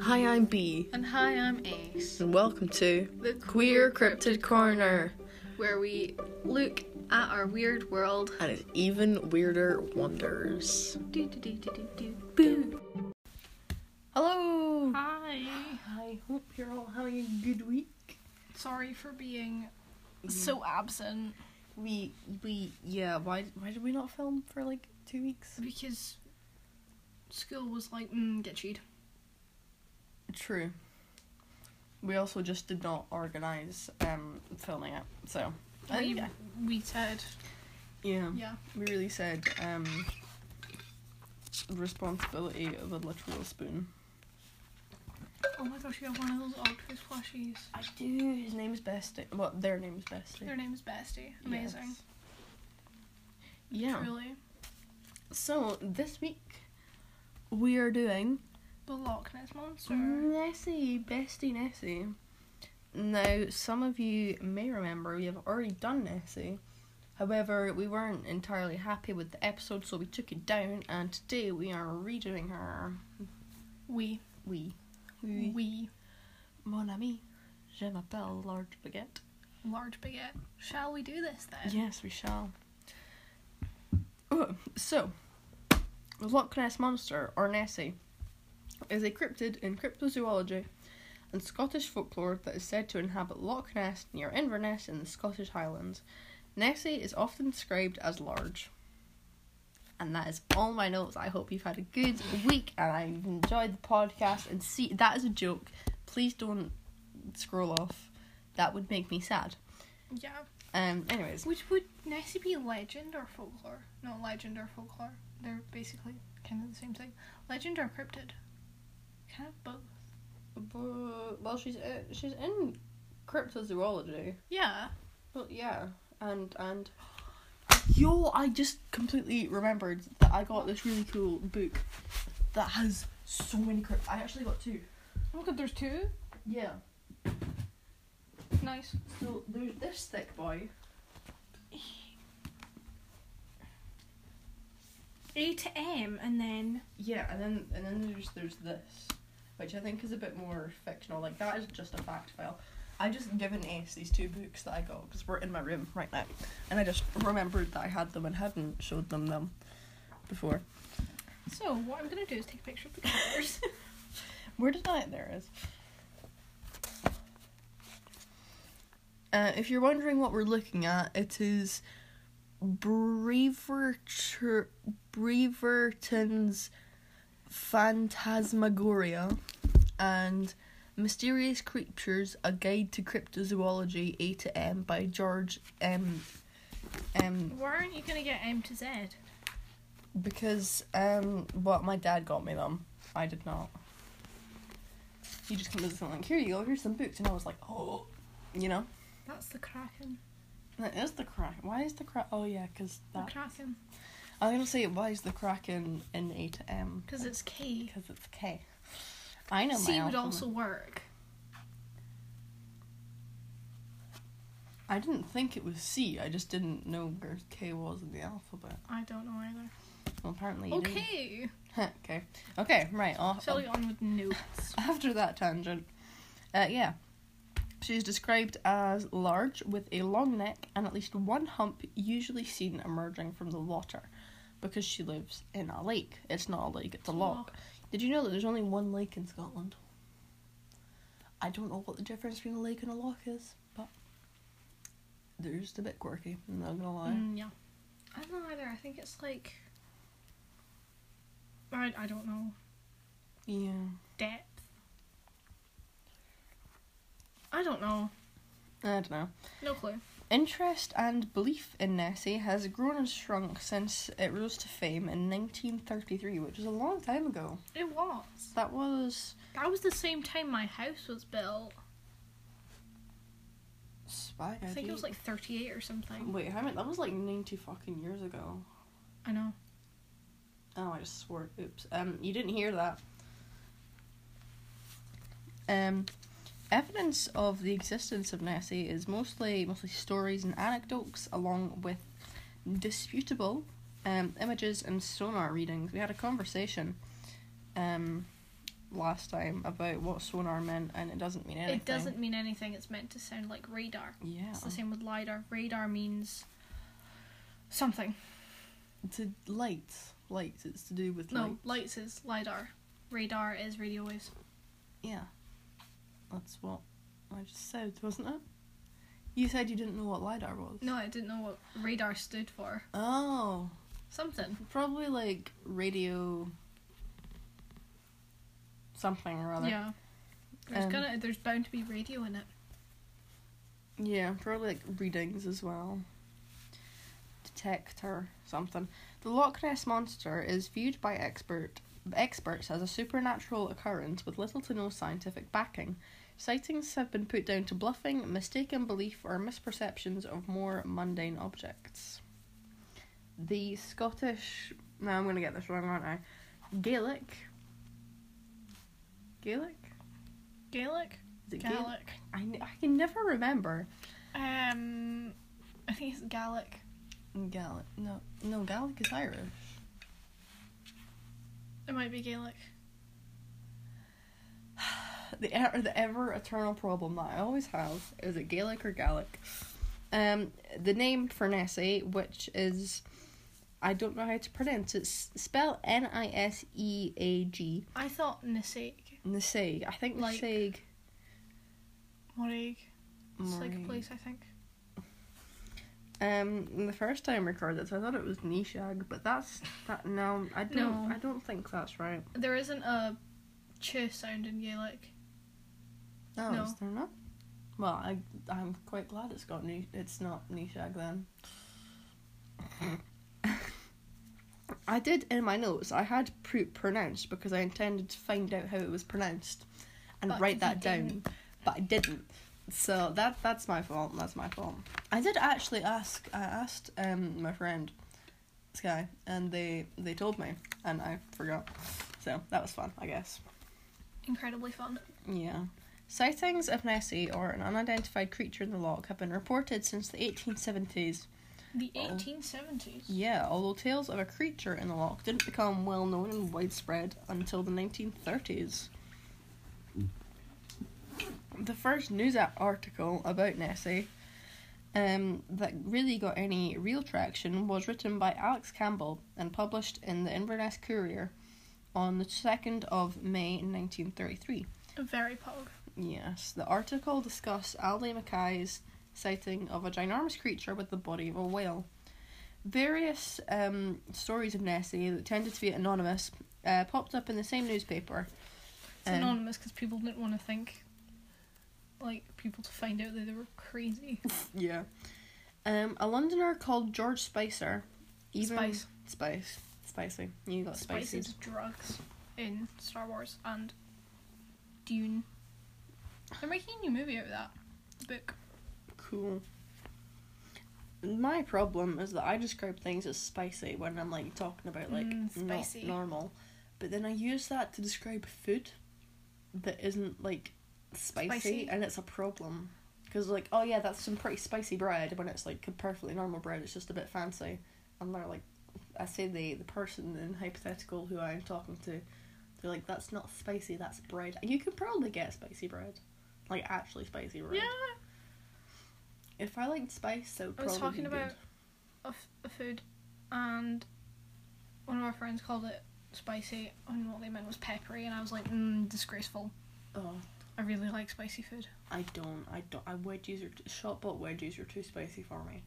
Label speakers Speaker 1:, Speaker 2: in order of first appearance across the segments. Speaker 1: Hi, I'm B,
Speaker 2: And hi, I'm Ace.
Speaker 1: and welcome to
Speaker 2: The
Speaker 1: Queer Cryptid Corner
Speaker 2: where we look at our weird world.
Speaker 1: and its even weirder wonders.
Speaker 2: Do, do, do, do, do, do, boo.
Speaker 1: Hello!
Speaker 2: Hi.
Speaker 1: I hope you're all having a good week.
Speaker 2: Sorry for being so absent
Speaker 1: We, we, yeah, why, why did we not film for like two weeks?
Speaker 2: because school was like, mm, get cheated.
Speaker 1: True. We also just did not organise um, filming it, so. I think,
Speaker 2: We,
Speaker 1: yeah.
Speaker 2: we said,
Speaker 1: yeah.
Speaker 2: yeah.
Speaker 1: We really said um, responsibility of a literal spoon.
Speaker 2: Oh my gosh, you have one of those octopus plushies.
Speaker 1: I do. His name's Bestie. Well, their name's Bestie.
Speaker 2: Their name's Bestie. Amazing.
Speaker 1: Yes. Yeah.
Speaker 2: Truly.
Speaker 1: So this week we are doing
Speaker 2: The Loch Ness Monster.
Speaker 1: Nessie, Bestie Nessie. Now, some of you may remember we have already done Nessie. However, we weren't entirely happy with the episode, so we took it down, and today we are redoing her.
Speaker 2: We.
Speaker 1: We.
Speaker 2: We.
Speaker 1: Mon ami, je m'appelle Large Baguette.
Speaker 2: Large baguette. Shall we do this then?
Speaker 1: Yes, we shall. Oh, so, the Loch Ness Monster, or Nessie, is a cryptid in cryptozoology and Scottish folklore that is said to inhabit Loch Ness near Inverness in the Scottish Highlands. Nessie is often described as large. And that is all my notes. I hope you've had a good week and I enjoyed the podcast. And see, that is a joke. Please don't scroll off. That would make me sad.
Speaker 2: yeah.
Speaker 1: Um. Anyways.
Speaker 2: Which would Nessie be legend or folklore? No, legend or folklore. They're basically kind of the same thing. Legend or cryptid? Kind of both.
Speaker 1: But, well, she's in, she's in cryptozoology.
Speaker 2: Yeah.
Speaker 1: Well, yeah, and and yo, I just completely remembered that I got this really cool book that has so many crypt. I actually got two.
Speaker 2: Oh my god, there's two?
Speaker 1: Yeah.
Speaker 2: Nice.
Speaker 1: So there's this thick boy.
Speaker 2: A to M, and then.
Speaker 1: Yeah, and then and then there's there's this, which I think is a bit more fictional. Like that is just a fact file. I just given Ace these two books that I got because we're in my room right now, and I just remembered that I had them and hadn't showed them them before.
Speaker 2: So, what I'm gonna do is take a picture of the covers.
Speaker 1: Where did I? There it is. Uh, if you're wondering what we're looking at, it is Brevercher, Breverton's Phantasmagoria and Mysterious Creatures A Guide to Cryptozoology A to M by George M. M.
Speaker 2: Weren't you gonna get M to Z?
Speaker 1: Because, um, well, my dad got me them. I did not. He just comes and like, here you go, here's some books. And I was like, oh, you know?
Speaker 2: That's the Kraken.
Speaker 1: That is the crack. Why is the crack? Oh, yeah, because
Speaker 2: The
Speaker 1: that.
Speaker 2: Kraken.
Speaker 1: I'm going to say, why is the crack in, in A to M?
Speaker 2: Because it's K.
Speaker 1: Because it's K. I know my
Speaker 2: C would
Speaker 1: alphabet.
Speaker 2: also work.
Speaker 1: I didn't think it was C. I just didn't know where K was in the alphabet.
Speaker 2: I don't know either.
Speaker 1: Well, apparently you didn't.
Speaker 2: Okay.
Speaker 1: okay. Okay, right. Off.
Speaker 2: Shall we go on with notes?
Speaker 1: after that tangent. Uh, yeah. She's described as large with a long neck and at least one hump usually seen emerging from the water because she lives in a lake. It's not a lake, it's a loch. Did you know that there's only one lake in Scotland? I don't know what the difference between a lake and a loch is, but they're just a bit quirky, I'm not gonna lie.
Speaker 2: Mm, yeah. I don't know either. I think it's like. I, I don't know.
Speaker 1: Mm. Yeah.
Speaker 2: Depth. I don't know.
Speaker 1: I don't know.
Speaker 2: No clue.
Speaker 1: Interest and belief in Nessie has grown and shrunk since it rose to fame in 1933, which is a long time ago.
Speaker 2: It was.
Speaker 1: That was
Speaker 2: That was the same time my house was built.
Speaker 1: spy.
Speaker 2: I think it was like 38 or something.
Speaker 1: Wait, how many? That was like 90 fucking years ago.
Speaker 2: I know.
Speaker 1: Oh, I just swore. Oops. Um, you didn't hear that. Um, evidence of the existence of Nessie is mostly mostly stories and anecdotes, along with disputable um, images and sonar readings. We had a conversation um, last time about what sonar meant, and it doesn't mean anything.
Speaker 2: It doesn't mean anything. It's meant to sound like radar.
Speaker 1: Yeah.
Speaker 2: It's the same with lidar. Radar means something.
Speaker 1: To lights, lights. It's to do with light.
Speaker 2: No, lights is lidar. Radar is radio waves.
Speaker 1: Yeah. That's what I just said, wasn't it? You said you didn't know what lidar was.
Speaker 2: No, I didn't know what radar stood for.
Speaker 1: Oh,
Speaker 2: Something.
Speaker 1: probably like radio. Something or other.
Speaker 2: Yeah. There's
Speaker 1: Um,
Speaker 2: gonna there's bound to be radio in it.
Speaker 1: Yeah, probably like readings as well. Detector something. The Loch Ness monster is viewed by expert experts as a supernatural occurrence with little to no scientific backing. Sightings have been put down to bluffing, mistaken belief, or misperceptions of more mundane objects. The Scottish. Now I'm going to get this wrong, aren't I? Gaelic. Gaelic.
Speaker 2: Gaelic?
Speaker 1: Is it Gaelic?
Speaker 2: Gaelic.
Speaker 1: I, kn- I can never remember.
Speaker 2: Um I think it's Gaelic.
Speaker 1: Gaelic. No, no, Gaelic is Irish.
Speaker 2: It might be Gaelic.
Speaker 1: The ever, the ever eternal problem that I always have is it Gaelic or Gaelic? Um, the name for Nessie, which is, I don't know how to pronounce it. S- Spell N I S E A G.
Speaker 2: I thought Nisig.
Speaker 1: Nisig. I think
Speaker 2: Like-
Speaker 1: Nisig.
Speaker 2: Morig. It's like a
Speaker 1: Murray.
Speaker 2: place I think.
Speaker 1: Um, and the first time I recorded this, I thought it was Nishag, but that's that. No, I don't.
Speaker 2: No.
Speaker 1: I don't think that's right.
Speaker 2: There isn't a ch sound in Gaelic.
Speaker 1: No,
Speaker 2: No.
Speaker 1: is there not? Well, I I'm quite glad it's got new. It's not Nishag then. I did in my notes. I had pr- pronounced because I intended to find out how it was pronounced, and
Speaker 2: But
Speaker 1: write
Speaker 2: you
Speaker 1: that down,
Speaker 2: didn't.
Speaker 1: but I didn't. So that that's my fault. That's my fault. I did actually ask. I asked um my friend, Sky, and they they told me, and I forgot. So that was fun, I guess.
Speaker 2: Incredibly fun.
Speaker 1: Yeah. Sightings of Nessie or an unidentified creature in the loch have been reported since the 1870s.
Speaker 2: The
Speaker 1: Oh.
Speaker 2: eighteen seventies.
Speaker 1: Yeah, although tales of a creature in the loch didn't become well known and widespread until the 1930s. The first news a- article about Nessie um, that really got any real traction was written by Alex Campbell and published in the Inverness Courier on the 2nd of May 1933.
Speaker 2: Very pog.
Speaker 1: Yes, the article discussed Ali Mackay's sighting of a ginormous creature with the body of a whale. Various um, stories of Nessie that tended to be anonymous uh, popped up in the same newspaper.
Speaker 2: It's
Speaker 1: Um,
Speaker 2: anonymous because people didn't want to think, like, people to find out that they were crazy.
Speaker 1: Yeah. Um, a Londoner called George Spicer. Even
Speaker 2: Spice.
Speaker 1: Spice. Spicy. You got
Speaker 2: Spice
Speaker 1: spicy.
Speaker 2: is drugs in Star Wars and Dune. They're making a new movie out of that. The book.
Speaker 1: Cool. My problem is that I describe things as spicy when I'm like talking about like
Speaker 2: Mm,
Speaker 1: not
Speaker 2: spicy.
Speaker 1: normal, but then I use that to describe food that isn't like spicy,
Speaker 2: Spicy.
Speaker 1: and it's a problem because like oh yeah that's some pretty spicy bread when it's like perfectly normal bread it's just a bit fancy and they're like I say the the person in hypothetical who I'm talking to they're like that's not spicy that's bread you can probably get spicy bread like actually spicy bread
Speaker 2: Yeah,
Speaker 1: if I liked spice, that would
Speaker 2: I
Speaker 1: probably
Speaker 2: was talking
Speaker 1: be
Speaker 2: about
Speaker 1: good.
Speaker 2: a, f- a food, and one of our friends called it spicy, and what they meant was peppery, and I was like, mm, disgraceful.
Speaker 1: Oh,
Speaker 2: I really like spicy food.
Speaker 1: I don't. I don't. I wedgies are shot bought wedgies are too spicy for me.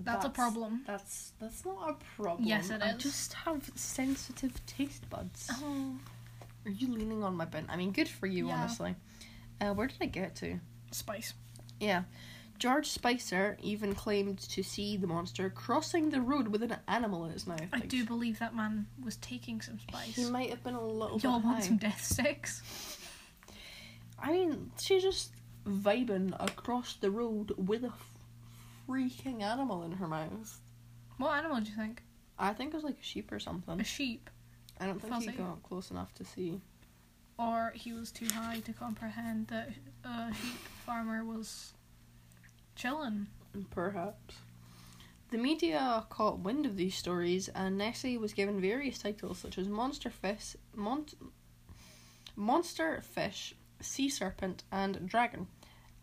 Speaker 2: That's, a problem.
Speaker 1: That's that's not a problem.
Speaker 2: Yes, it
Speaker 1: I
Speaker 2: is.
Speaker 1: just have sensitive taste buds.
Speaker 2: Oh,
Speaker 1: Are you leaning on my bin? I mean, good for you,
Speaker 2: Yeah.
Speaker 1: honestly. Uh, where did I get to?
Speaker 2: spice.
Speaker 1: Yeah. George Spicer even claimed to see the monster crossing the road with an animal in its mouth.
Speaker 2: I
Speaker 1: Like,
Speaker 2: do believe that man was taking some
Speaker 1: He
Speaker 2: spice.
Speaker 1: might have been a little
Speaker 2: Y'all
Speaker 1: bit high.
Speaker 2: want some death sticks?
Speaker 1: I mean, she's just vibing across the road with a freaking animal in her mouth.
Speaker 2: What animal do you think?
Speaker 1: I think it was like a sheep or
Speaker 2: A
Speaker 1: something.
Speaker 2: sheep?
Speaker 1: I don't think he
Speaker 2: fuzzy.
Speaker 1: got close enough to see.
Speaker 2: Or he was too high to comprehend that a sheep farmer was chilling.
Speaker 1: Perhaps. The media caught wind of these stories, and Nessie was given various titles such as Monster Fist, Mon- monster, fish, sea serpent, and dragon,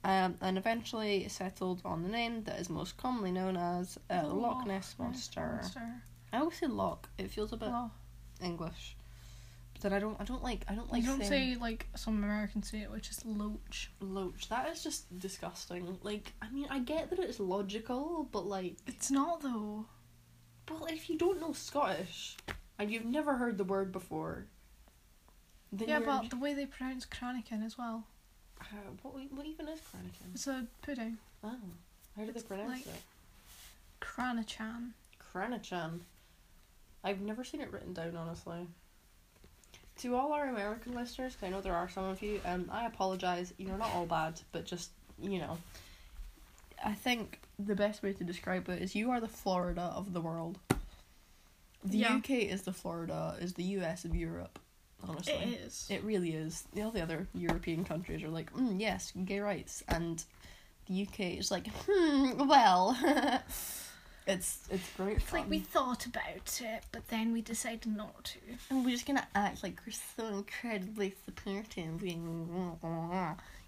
Speaker 1: um, and eventually settled on the name that is most commonly known as uh,
Speaker 2: The
Speaker 1: the Loch Ness Monster. I always say Loch. It feels a bit
Speaker 2: Well,
Speaker 1: English, but then I don't. I don't like. I don't like
Speaker 2: you don't
Speaker 1: saying
Speaker 2: say like some Americans say it, which is loach.
Speaker 1: loach. That is just disgusting. Like, I mean, I get that it's logical, but like,
Speaker 2: It's not though.
Speaker 1: well, if you don't know Scottish and you've never heard the word before, then
Speaker 2: yeah,
Speaker 1: you're,
Speaker 2: but the way they pronounce Kranikin as well.
Speaker 1: uh, what, what even is Cranachan?
Speaker 2: It's a pudding.
Speaker 1: Oh, how do they
Speaker 2: It's
Speaker 1: pronounce
Speaker 2: like-
Speaker 1: it?
Speaker 2: Kranachan.
Speaker 1: Cranachan. I've never seen it written down, honestly. To all our American listeners, 'cause I know there are some of you, um, I apologise. You're not all bad, but just, you know. I think the best way to describe it is you are the Florida of the world. The
Speaker 2: Yeah.
Speaker 1: UK is the Florida, is the US of Europe, honestly.
Speaker 2: It is.
Speaker 1: It really is. You know, the other European countries are like, mm, yes, gay rights, and the UK is like, hmm, well, it's it's great
Speaker 2: It's
Speaker 1: fun.
Speaker 2: like we thought about it, but then we decided not to.
Speaker 1: and we're just gonna act like we're so incredibly supportive,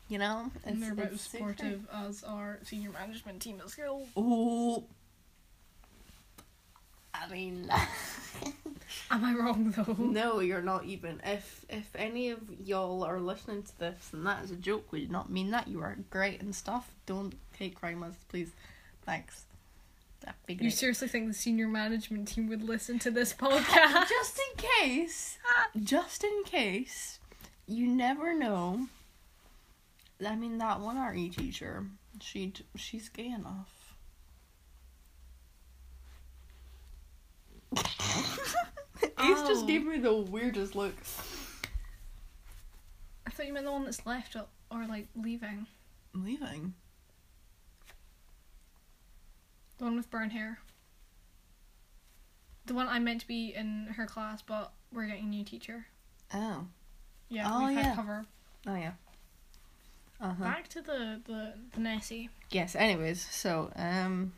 Speaker 1: you know.
Speaker 2: and they're about as
Speaker 1: so
Speaker 2: supportive as our senior management team at school.
Speaker 1: great. Oh, I mean,
Speaker 2: Am I wrong though?
Speaker 1: no, you're not even. If if any of y'all are listening to this and that is a joke, we did not mean that. You are great and stuff. Don't hate crime us, please. Thanks. That'd be
Speaker 2: You
Speaker 1: great.
Speaker 2: seriously think the senior management team would listen to this podcast?
Speaker 1: just in case, just in case, you never know. I mean, that one RE teacher, she d- she's gay enough. Ace
Speaker 2: Ow.
Speaker 1: just gave me the weirdest look.
Speaker 2: I thought you meant the one that's left or, or like leaving.
Speaker 1: I'm leaving.
Speaker 2: The one with brown hair. The one I meant to be in her class, but we're getting a new teacher.
Speaker 1: Oh.
Speaker 2: Yeah,
Speaker 1: Oh,
Speaker 2: we've had
Speaker 1: yeah.
Speaker 2: cover.
Speaker 1: Oh yeah. Uh huh.
Speaker 2: Back to the, the, the Nessie.
Speaker 1: Yes. Anyways, so um.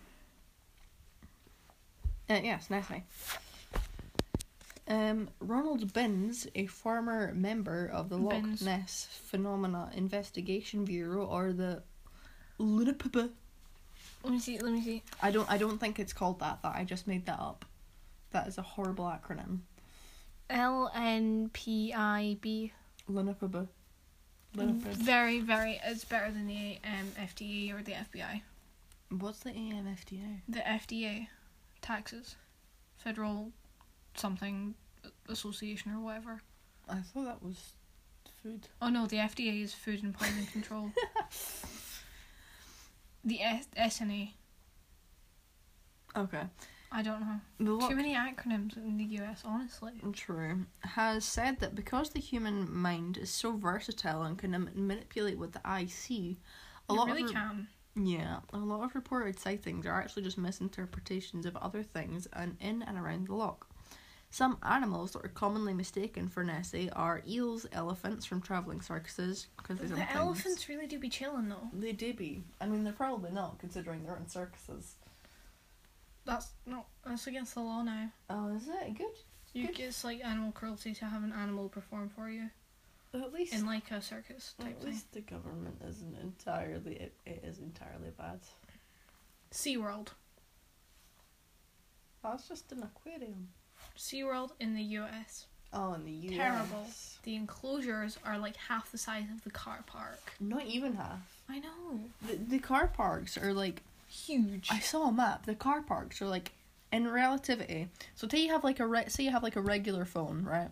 Speaker 1: Uh, yes, nice eye. Um, Ronald Binns, a former member of the Loch
Speaker 2: Binns.
Speaker 1: Ness Phenomena Investigation Bureau, or the LNPB.
Speaker 2: Let me see, let me see.
Speaker 1: I don't. I don't think it's called that. That I just made that up. That is a horrible acronym.
Speaker 2: L N P I B.
Speaker 1: LNPB. LNPB.
Speaker 2: Very, very. It's better than the um, FDE or the FBI.
Speaker 1: What's the AMFDA?
Speaker 2: The FDA, taxes, federal, something association or whatever.
Speaker 1: I thought that was food.
Speaker 2: Oh no, the FDA is Food and Poison Control. The S- SNA.
Speaker 1: Okay.
Speaker 2: I don't know.
Speaker 1: The Loch
Speaker 2: Too many acronyms in the US, honestly.
Speaker 1: True. Has said that because the human mind is so versatile and can ma- manipulate what the eye see, a
Speaker 2: you
Speaker 1: lot
Speaker 2: really
Speaker 1: of re-
Speaker 2: can.
Speaker 1: yeah, a lot of reported sightings are actually just misinterpretations of other things and in and around the loch. Some animals that are commonly mistaken for Nessie are eels, elephants from travelling circuses because
Speaker 2: The
Speaker 1: they're things.
Speaker 2: elephants really do be chilling though.
Speaker 1: They do be. I mean, they're probably not considering they're in circuses.
Speaker 2: That's not. That's against the law now.
Speaker 1: Oh, is it good?
Speaker 2: You,
Speaker 1: Hmm.
Speaker 2: it's like animal cruelty to have an animal perform for you
Speaker 1: At least
Speaker 2: in like a circus type
Speaker 1: At
Speaker 2: thing.
Speaker 1: least the government isn't entirely. It, it is entirely bad.
Speaker 2: SeaWorld.
Speaker 1: That's just an aquarium.
Speaker 2: SeaWorld in the US.
Speaker 1: Oh, in the US.
Speaker 2: Terrible. The enclosures are like half the size of the car park.
Speaker 1: Not even half.
Speaker 2: I know.
Speaker 1: The, the car parks are like.
Speaker 2: Huge.
Speaker 1: I saw a map. The car parks are like in relativity. So say you have like a re- say you have like a regular phone, right?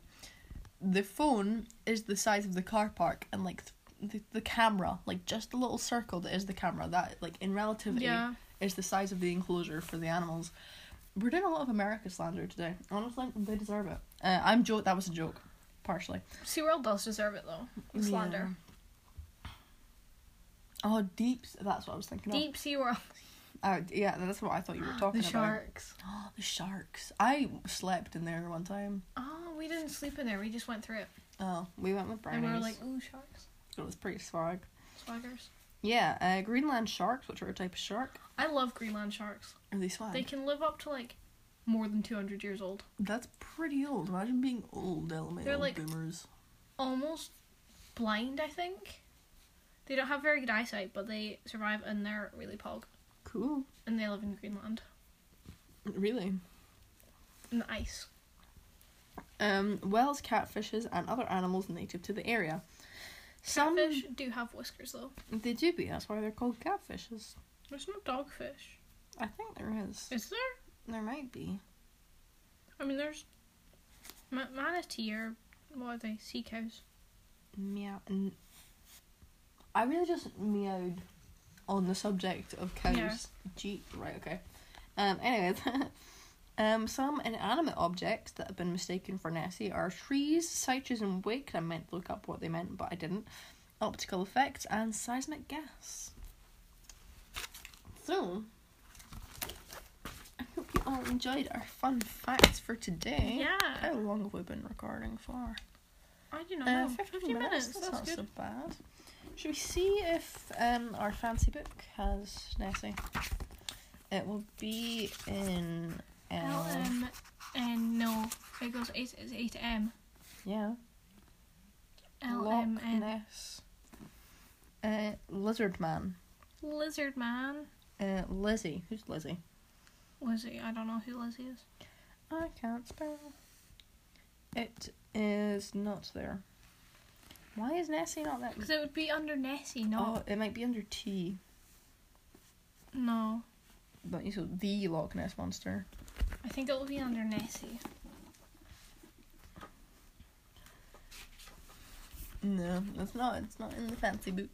Speaker 1: The phone is the size of the car park, and like th- the the camera, like just the little circle that is the camera, that like in relativity
Speaker 2: yeah.
Speaker 1: is the size of the enclosure for the animals. We're doing a lot of America slander today. Honestly, they deserve it. Uh, I'm joke. That was a joke, partially.
Speaker 2: SeaWorld does deserve it though. Slander.
Speaker 1: Oh, deeps. That's what I was thinking
Speaker 2: Deep SeaWorld.
Speaker 1: of. Uh, yeah, that's what I thought you were talking
Speaker 2: The
Speaker 1: about.
Speaker 2: sharks.
Speaker 1: Oh, the sharks. I slept in there one time.
Speaker 2: Oh, we didn't sleep in there. We just went through it.
Speaker 1: Oh, we went with brownies.
Speaker 2: And we were like, ooh, sharks.
Speaker 1: it was pretty swag.
Speaker 2: Swaggers.
Speaker 1: Yeah, uh, Greenland sharks, which are a type of shark.
Speaker 2: I love Greenland sharks.
Speaker 1: Are they swag?
Speaker 2: They can live up to like more than 200 years old.
Speaker 1: That's pretty old. Imagine being old, LMAO
Speaker 2: They're like-
Speaker 1: boomers.
Speaker 2: Almost blind, I think. They don't have very good eyesight, but they survive and they're really pog.
Speaker 1: Cool.
Speaker 2: And they live in Greenland.
Speaker 1: Really?
Speaker 2: In the ice.
Speaker 1: Um, whales, catfishes, and other animals native to the area. Some
Speaker 2: Catfish do have whiskers though.
Speaker 1: they do be. That's why they're called catfishes.
Speaker 2: There's no dogfish.
Speaker 1: I think there is.
Speaker 2: Is there?
Speaker 1: There might be.
Speaker 2: I mean, there's ma- manatee or what are they? Sea cows.
Speaker 1: Meow. N- I really just meowed on the subject of cows.
Speaker 2: Yeah.
Speaker 1: Gee, right, okay. Um, anyways, um, some inanimate objects that have been mistaken for Nessie are trees, sightures, and wake. I meant to look up what they meant, but I didn't. Optical effects and seismic gas. So, I hope you all enjoyed our fun facts for today.
Speaker 2: Yeah.
Speaker 1: How long have we been recording for?
Speaker 2: I do not know.
Speaker 1: Uh,
Speaker 2: 50,
Speaker 1: 15
Speaker 2: minutes.
Speaker 1: minutes,
Speaker 2: That's,
Speaker 1: that's not
Speaker 2: good.
Speaker 1: so bad. Should we see if um, our fancy book has Nessie? It will be in.
Speaker 2: L
Speaker 1: Uh,
Speaker 2: M and no, it goes eight is eight M.
Speaker 1: yeah.
Speaker 2: L
Speaker 1: Loch
Speaker 2: M N.
Speaker 1: Ness. Uh, Lizard Man.
Speaker 2: Lizard man.
Speaker 1: Uh, Lizzie. Who's Lizzie?
Speaker 2: Lizzie, I don't know who Lizzie is.
Speaker 1: I can't spell. It is not there. Why is Nessie not that?
Speaker 2: Because it would be under Nessie, no.
Speaker 1: Oh, it might be under T.
Speaker 2: No.
Speaker 1: But you said the Loch Ness monster.
Speaker 2: I think it would be under Nessie.
Speaker 1: No, it's not. It's not in the fancy book.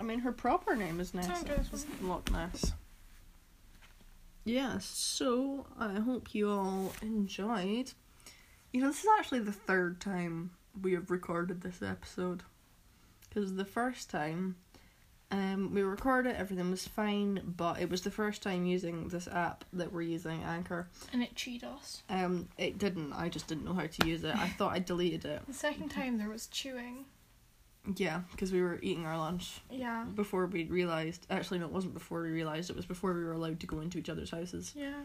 Speaker 1: I mean, her proper name is Ness.
Speaker 2: okay, it's
Speaker 1: It's Loch Ness. Yeah, so I hope you all enjoyed. You know, this is actually the third time we have recorded this episode. Because the first time, um, we recorded, everything was fine, but it was the first time using this app that we're using, Anchor.
Speaker 2: And it cheated us.
Speaker 1: Um, it didn't. I just didn't know how to use it. I thought I deleted it.
Speaker 2: The second time there was chewing.
Speaker 1: Yeah, because we were eating our lunch
Speaker 2: Yeah.
Speaker 1: before we realized. Actually, no, it wasn't before we realized. It was before we were allowed to go into each other's houses.
Speaker 2: Yeah.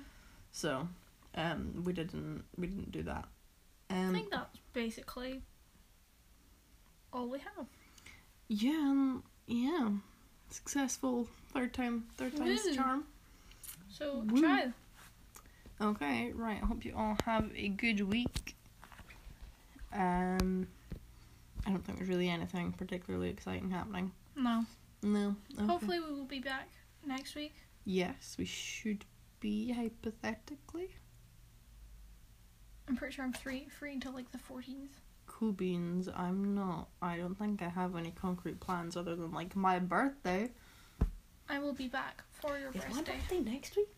Speaker 1: So, um, we didn't we didn't do that.
Speaker 2: I
Speaker 1: Um,
Speaker 2: think that's basically all we have.
Speaker 1: yeah, um, yeah, successful third time, third time's
Speaker 2: Woo.
Speaker 1: charm.
Speaker 2: So
Speaker 1: Woo.
Speaker 2: try.
Speaker 1: Okay, right. I hope you all have a good week. Um, I don't think there's really anything particularly exciting happening.
Speaker 2: No.
Speaker 1: No. Okay.
Speaker 2: Hopefully we will be back next week.
Speaker 1: Yes, we should be hypothetically.
Speaker 2: I'm pretty sure I'm free free until like the 14th.
Speaker 1: Cool beans. I'm not. I don't think I have any concrete plans other than like my birthday.
Speaker 2: I will be back for your birthday.
Speaker 1: next week?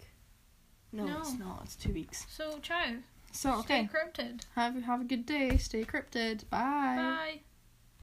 Speaker 1: No,
Speaker 2: No.
Speaker 1: it's not. It's two weeks.
Speaker 2: So ciao.
Speaker 1: So
Speaker 2: Stay
Speaker 1: Oh, okay.
Speaker 2: cryptid.
Speaker 1: Have have a good day. Stay cryptid. Bye.
Speaker 2: Bye.